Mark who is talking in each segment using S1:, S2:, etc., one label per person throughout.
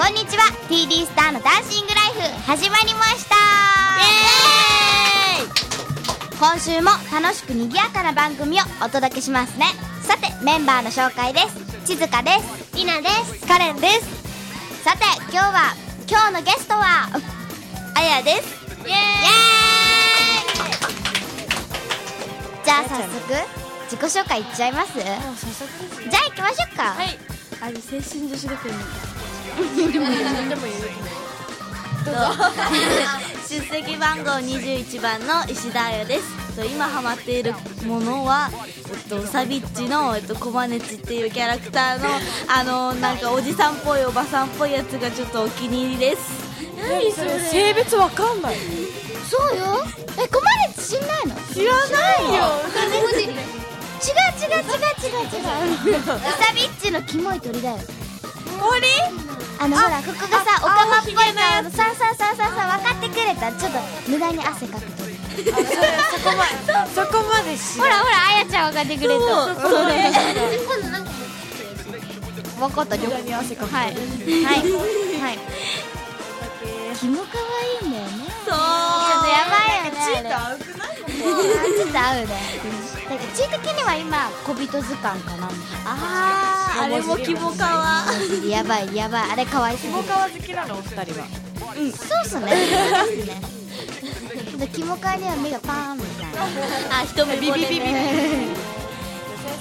S1: TD スターのダンシングライフ始まりましたイエーイ今週も楽しく賑やかな番組をお届けしますねさてメンバーの紹介です千塚ですりなですカレンですさて今日は今日のゲストはあやですイエーイじゃあ早速自己紹介いっちゃいますじゃ
S2: もう早速ですね
S1: あ行きましょうか
S2: はいあの青春女子学園みたいなでもいい
S3: 出席番号21番の石田彩ですと今ハマっているものは、えっと、サビッチの、えっと、コマネチっていうキャラクターの あのなんかおじさんっぽいおばさんっぽいやつがちょっとお気に入りです
S2: 何それ性別わかんない
S1: そうよえコマネチ知んないの
S2: 知らないよ
S1: 違う違う違う違う違ううさびっちのキモい鳥だよ
S2: 森
S1: あのほらここがさオカマっぽいからさあさあさあさあさあ分かってくれたちょっと無駄に汗かく鳥
S2: そこまで知
S1: ほらほらあやちゃん分かってくれた
S2: それ
S1: 分かった
S2: 無駄に汗かく
S1: はいはいはいキモ可愛いんだよねちょ
S3: そう
S1: っとやばいよねあ
S2: チート
S1: れ
S2: 合うくない
S1: ちょっと合うねだけど地位的には今小人図鑑かな
S3: あーあれもキモかわ
S1: やばいやばいあれ可愛すぎ
S2: キモ
S1: る
S2: カワ好きなのお二人は
S1: そうっすね。ちょっとキモカには目がパーンみたいな。
S3: あ一目ビビビビ
S2: セン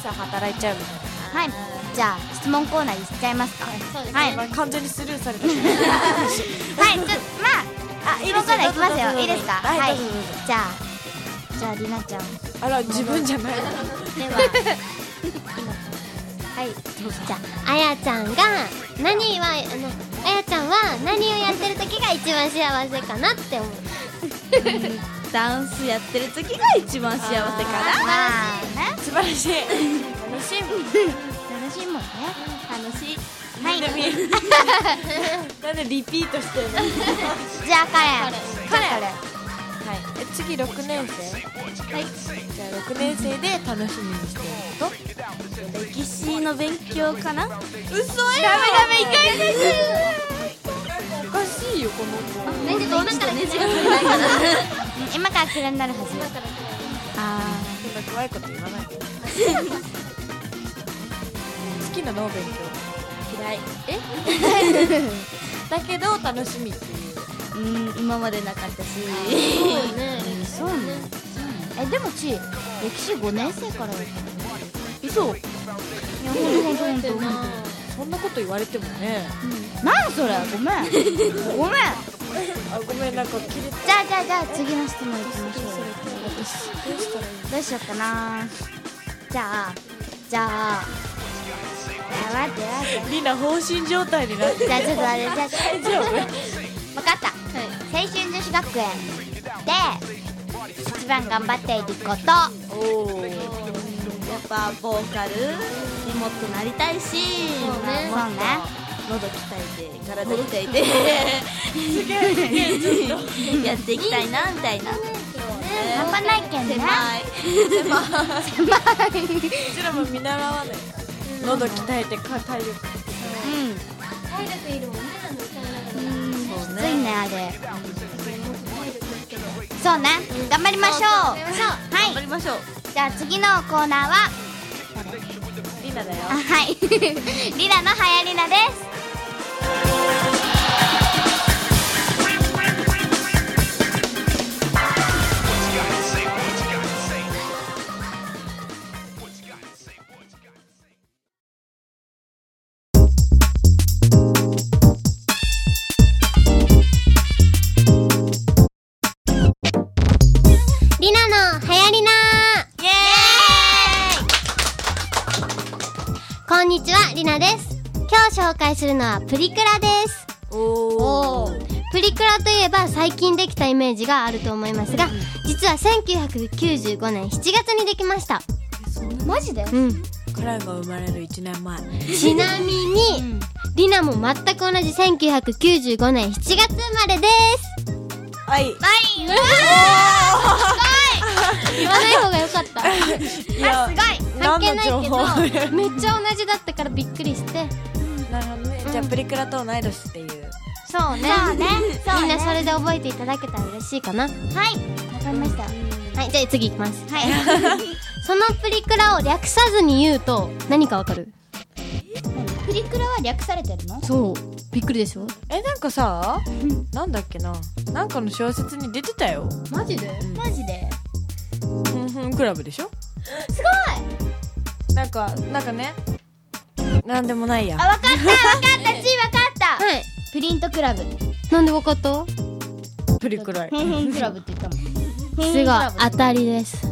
S2: サー働いちゃうみ
S1: はい。じゃあ質問コーナーにしちゃいますか。はい。はい。
S2: たいな完全にスルーされた
S1: ちょっとまああ質問コーナーいきますよ。いいですか。
S2: はい
S1: はい
S2: どうぞどうぞ。
S1: じゃあじゃありなちゃん。
S2: あら自分じゃない
S1: では。 はい。じゃあ
S4: あやちゃんが何はあのあやちゃんは何をやってる時が一番幸せかなって思う
S3: ダンスやってる時が一番幸せか
S1: まあね
S2: 素晴らしい楽し
S1: 楽しいもんね。
S3: な楽しい
S1: は
S2: み
S1: い。
S2: なんでみんななんでリピートしてるの
S1: じゃあカレン。カレン。
S2: はい、え次六年生はいじゃあ六年生で楽しみにしてること
S3: 歴史の勉強かな
S2: 嘘よダメダメ一回先 生おかしいよこの子
S4: ねじこうなんかねじ
S1: 今からくれになるは ず。ああ。
S2: そんな怖いこと言わない 好きなのお勉強嫌いえだけど楽しみっていう
S3: うん今までなかったし
S1: そうね。え、でもち、歴史5年生からだよ。
S2: 嘘
S1: いや、ほんとほんとほんとほんと。
S2: そんなこと言われてもね
S1: なんそれごめん。ごめん。
S2: あごめんなんか切れた
S1: じゃあじゃあじゃあ次の質問いきましょう。どうしようかな。じゃあ、じゃあ。いや待って待って。
S2: みんな放心状態になって
S1: じゃあちょっと待って、じゃあ。
S2: 大丈夫
S1: 分かった、青春女子学園で一番頑張っていること
S2: おー
S3: やっぱボーカルにもっとなりたいし
S4: そ
S1: そ
S4: うね
S1: うね
S3: 喉鍛えて体鍛えて
S2: すげえすげえちょっ と
S3: やっていきたいなみた いな
S1: 半端ないけんね
S3: 狭い
S2: うちらも見習わない喉鍛えてか体力
S1: うん
S4: 体力いるもんねあの歌
S1: きつい
S4: いながら
S1: ねあれそうね頑張りましょう
S4: そう
S1: は
S3: 頑張
S1: い
S3: りましょう
S1: じゃあ次のコーナーは
S2: リナだよ
S1: あはい リラのはやりなです
S4: りなのはやりなイエーイこんにちはりなです今日紹介するのはプリクラです
S2: おー
S4: プリクラといえば最近できたイメージがあると思いますが実は1995年7月にできました、
S1: マジで
S4: うん、
S2: カランが生まれる1年前
S4: ちなみにりなも全く同じ1995年7月生まれです
S2: はい
S1: はい
S4: 言わない方が良か った
S2: いや
S1: すごい
S4: 関係ないけど
S2: 何の情報
S4: めっちゃ同じだったからびっくりして
S2: なるほどね、じゃあプリクラと同い年っていう
S4: そうね
S1: そうねそうね
S4: みんなそれで覚えていただけたら嬉しいかな
S1: はいわかりました
S4: はいじゃあ次いきます
S1: はい
S4: そのプリクラを略さずに言うと何かわかる
S1: プリクラは略されてるの
S4: そうびっくりでしょ
S2: えなんかさなんだっけななんかの小説に出てたよ
S4: マジで
S1: マジで
S2: ふんふんクラブでしょ
S1: す
S2: ごいなんかなんかねなんでもないや
S1: あわかったわかったちーわかった
S4: はい
S1: プリントクラブ
S4: なんでわかった
S2: プリクラ
S1: 変変クラブって言ったもん
S4: すごい当たりです
S1: す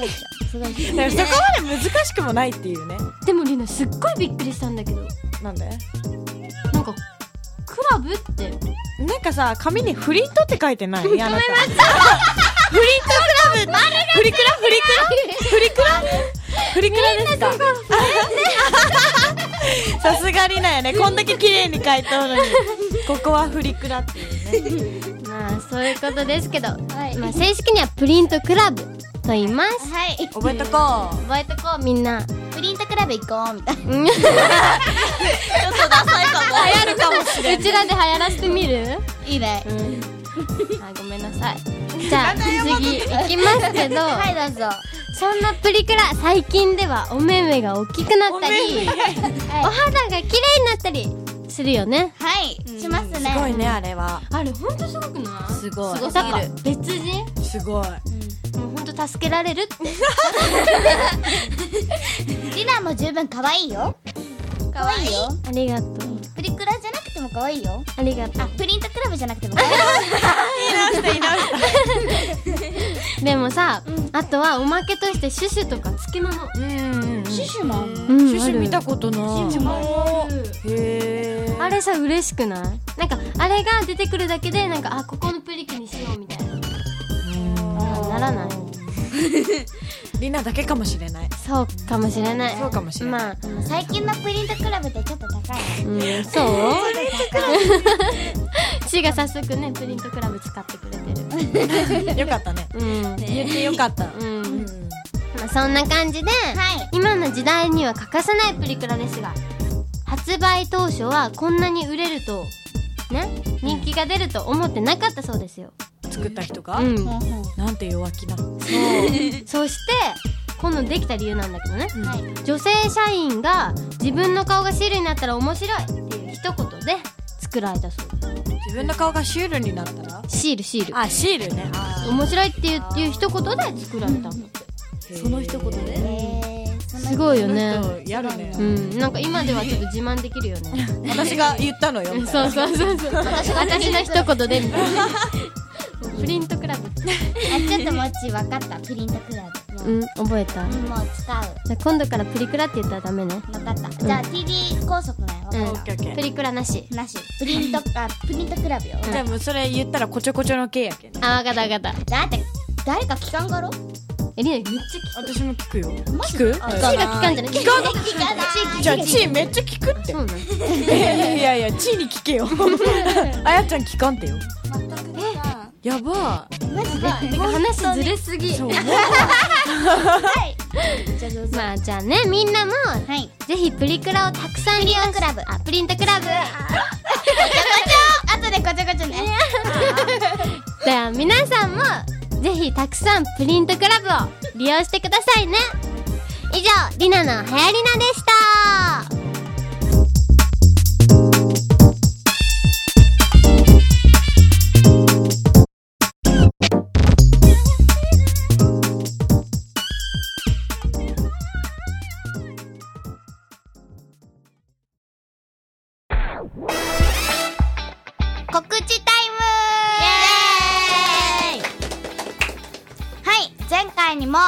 S1: ごいっしょすごいっし
S2: だからそこまで難しくもないっていうね
S4: でもりなすっごいびっくりしたんだけど
S2: なんで
S4: なんかクラブって
S2: なんかさ紙にフリートって書いてないやめましたフリートクラブフリクラフリクラフリクラフリクラですかさすがりなよねこんだけ綺麗に書いとるのにここはフリクラっていうね
S4: まあそういうことですけど、
S1: い
S4: まあ、正式にはプリントクラブと言います
S1: ょはい
S2: 覚えとこう
S4: 覚えとこうみん な
S1: プリントクラブ行こうみたいな
S3: ちょっとダサいかも
S2: 流行るかもしれ
S4: うちらで流行らせてみる
S1: いいね
S4: あごめんなさいじゃあ次いきますけ ど、
S1: はいどうぞ
S4: そんなプリクラ最近ではお目目が大きくなったりお肌が綺麗になったりするよね
S1: はいしますね
S2: すごいねあれは
S4: あれほんとすごくない
S2: すごい
S4: すごさか別人
S2: すごい
S4: もうほんと助けられるって
S1: リナも十分可愛いよ可愛いよ
S4: ありがとう
S1: プリクラじゃなくても可愛いよ
S4: ありがと
S1: あプリントクラブじゃなくても可愛い
S4: うでもさ、あとはおまけとしてシュシュとかつきもの
S2: うんシュ
S1: シュマン
S4: うん
S2: シ
S4: あ
S2: ュ
S4: る
S2: 見たことない
S1: シュマン
S2: へー
S4: あれさ嬉しくないなんかあれが出てくるだけでなんかあここのプリキにしようみたいなあならない
S2: りなだけかもしれない
S4: そうかもしれない
S2: そうかもしれない
S4: まあ、
S1: 最近のプリントクラブってちょっと高い
S4: うん、そう ちが早速ねプリントクラブ使ってくれてる
S2: よかったね
S4: うん、
S2: 言ってよかった
S4: うんまあ、そんな感じで、
S1: はい
S4: 今の時代には欠かせないプリクラですが発売当初はこんなに売れるとね人気が出ると思ってなかったそうですよ、
S2: 作った人が
S4: うん、
S2: なんて弱気な
S4: そしてこのできた理由なんだけどね
S1: はい
S4: 女性社員が自分の顔がシールになったら面白いっていう一言で作られたそうで
S2: 自分の顔がシュールになったら
S4: すシールシール
S2: あシールね
S4: 面白いっていういう一言で作られたんだって
S2: その一言で
S1: えーそんな
S4: すごいよね
S2: やるね
S4: うんなんか今ではちょっと自慢できるよね
S2: 私が言ったのよ
S4: そうそうそうそう私の一言でみたい なプリントクラブ
S1: あちょっともっち分かったプリントクラブ
S4: うん覚えたじ
S1: もう使
S4: ゃあ今度からプリクラって言ったらダメね
S1: う分かったじゃあ TV 高速ね
S4: う
S1: 分
S4: ん
S1: かっ
S2: ケーオッケー
S4: プリクラなした
S1: なしプリントあプリントクラブよ
S2: でもそれ言ったらこちょこちょの系やけん
S4: あわかったわかった
S1: だって誰か聞かんがろ
S4: えりなめっ
S2: 私も聞くよ聞く
S4: ちゃ聞かんじゃない聞かない
S1: 聞かない
S2: じゃあチーめっちゃ聞くって
S4: そうなの
S2: いやいやいやチーに聞け よあやちゃん聞かんてよやば
S4: なんか話ずれすぎ
S2: そう
S4: まあじゃあねみんなも
S1: はい
S4: ぜひプリクラをたくさん利用しプリントクラブあプリントクラブ
S1: あとでこちょこちょね
S4: じゃあ皆さんもぜひたくさんプリントクラブを利用してくださいね以上りなのはやりなでした
S1: 告知タイムイエーイはい前回にも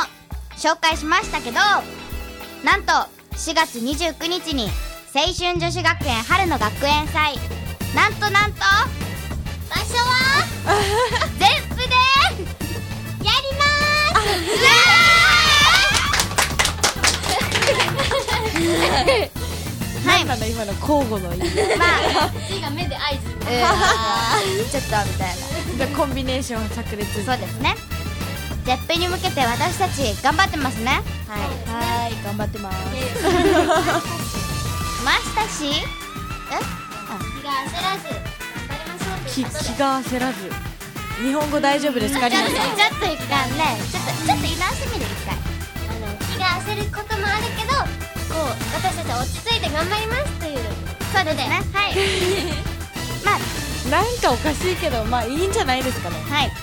S1: 紹介しましたけどなんと4月29日に青春女子学園春の学園祭なんとなんと場所は全部でやりまーす はい
S2: なんだ今の交互 の意味
S1: まあ
S4: 字が目で合図
S1: ちょっとみたいな
S2: コンビネーション炸裂
S1: そうですねゼッペンに向けて私たち頑張ってますねはいはい頑張ってますましたし
S4: 気が焦らず頑張りましょう
S2: き気が焦らず日本語大丈夫ですか
S4: ち
S2: リ
S4: ょ
S2: ナ
S4: っと
S2: さん
S4: ちょっと一回ねちょっとちょっと言い直してみる一回あの気が焦ることもあるけどこう私たちは落ち着いて頑張りますというそうですねはいという
S2: なんかおかしいけどまあいいんじゃないですかね
S1: はい
S4: こ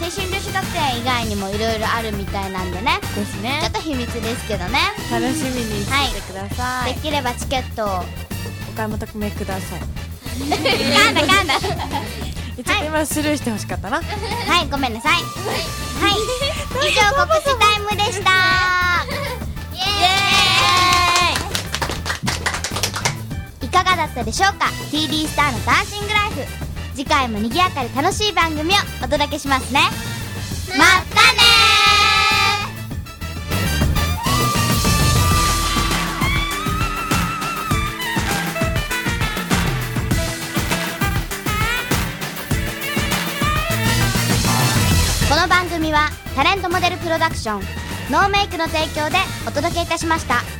S1: 青春女子学園以外にもいろいろあるみたいなんでね
S2: ですね
S1: ちょっと秘密ですけどね
S2: 楽しみにしててください、
S1: できればチケットを
S2: お買い求めください
S1: かんだ かんだ
S2: ちょっと今スルーしてほしかったな、
S1: はいごめんなさいは い以上告知タイムでした
S4: とでイエーイ
S1: いかがだったでしょうか TD スターのダンシングライフ次回も賑やかで楽しい番組をお届けしますねまたねーこの番組はタレントモデルプロダクションノーメイクの提供でお届けいたしました。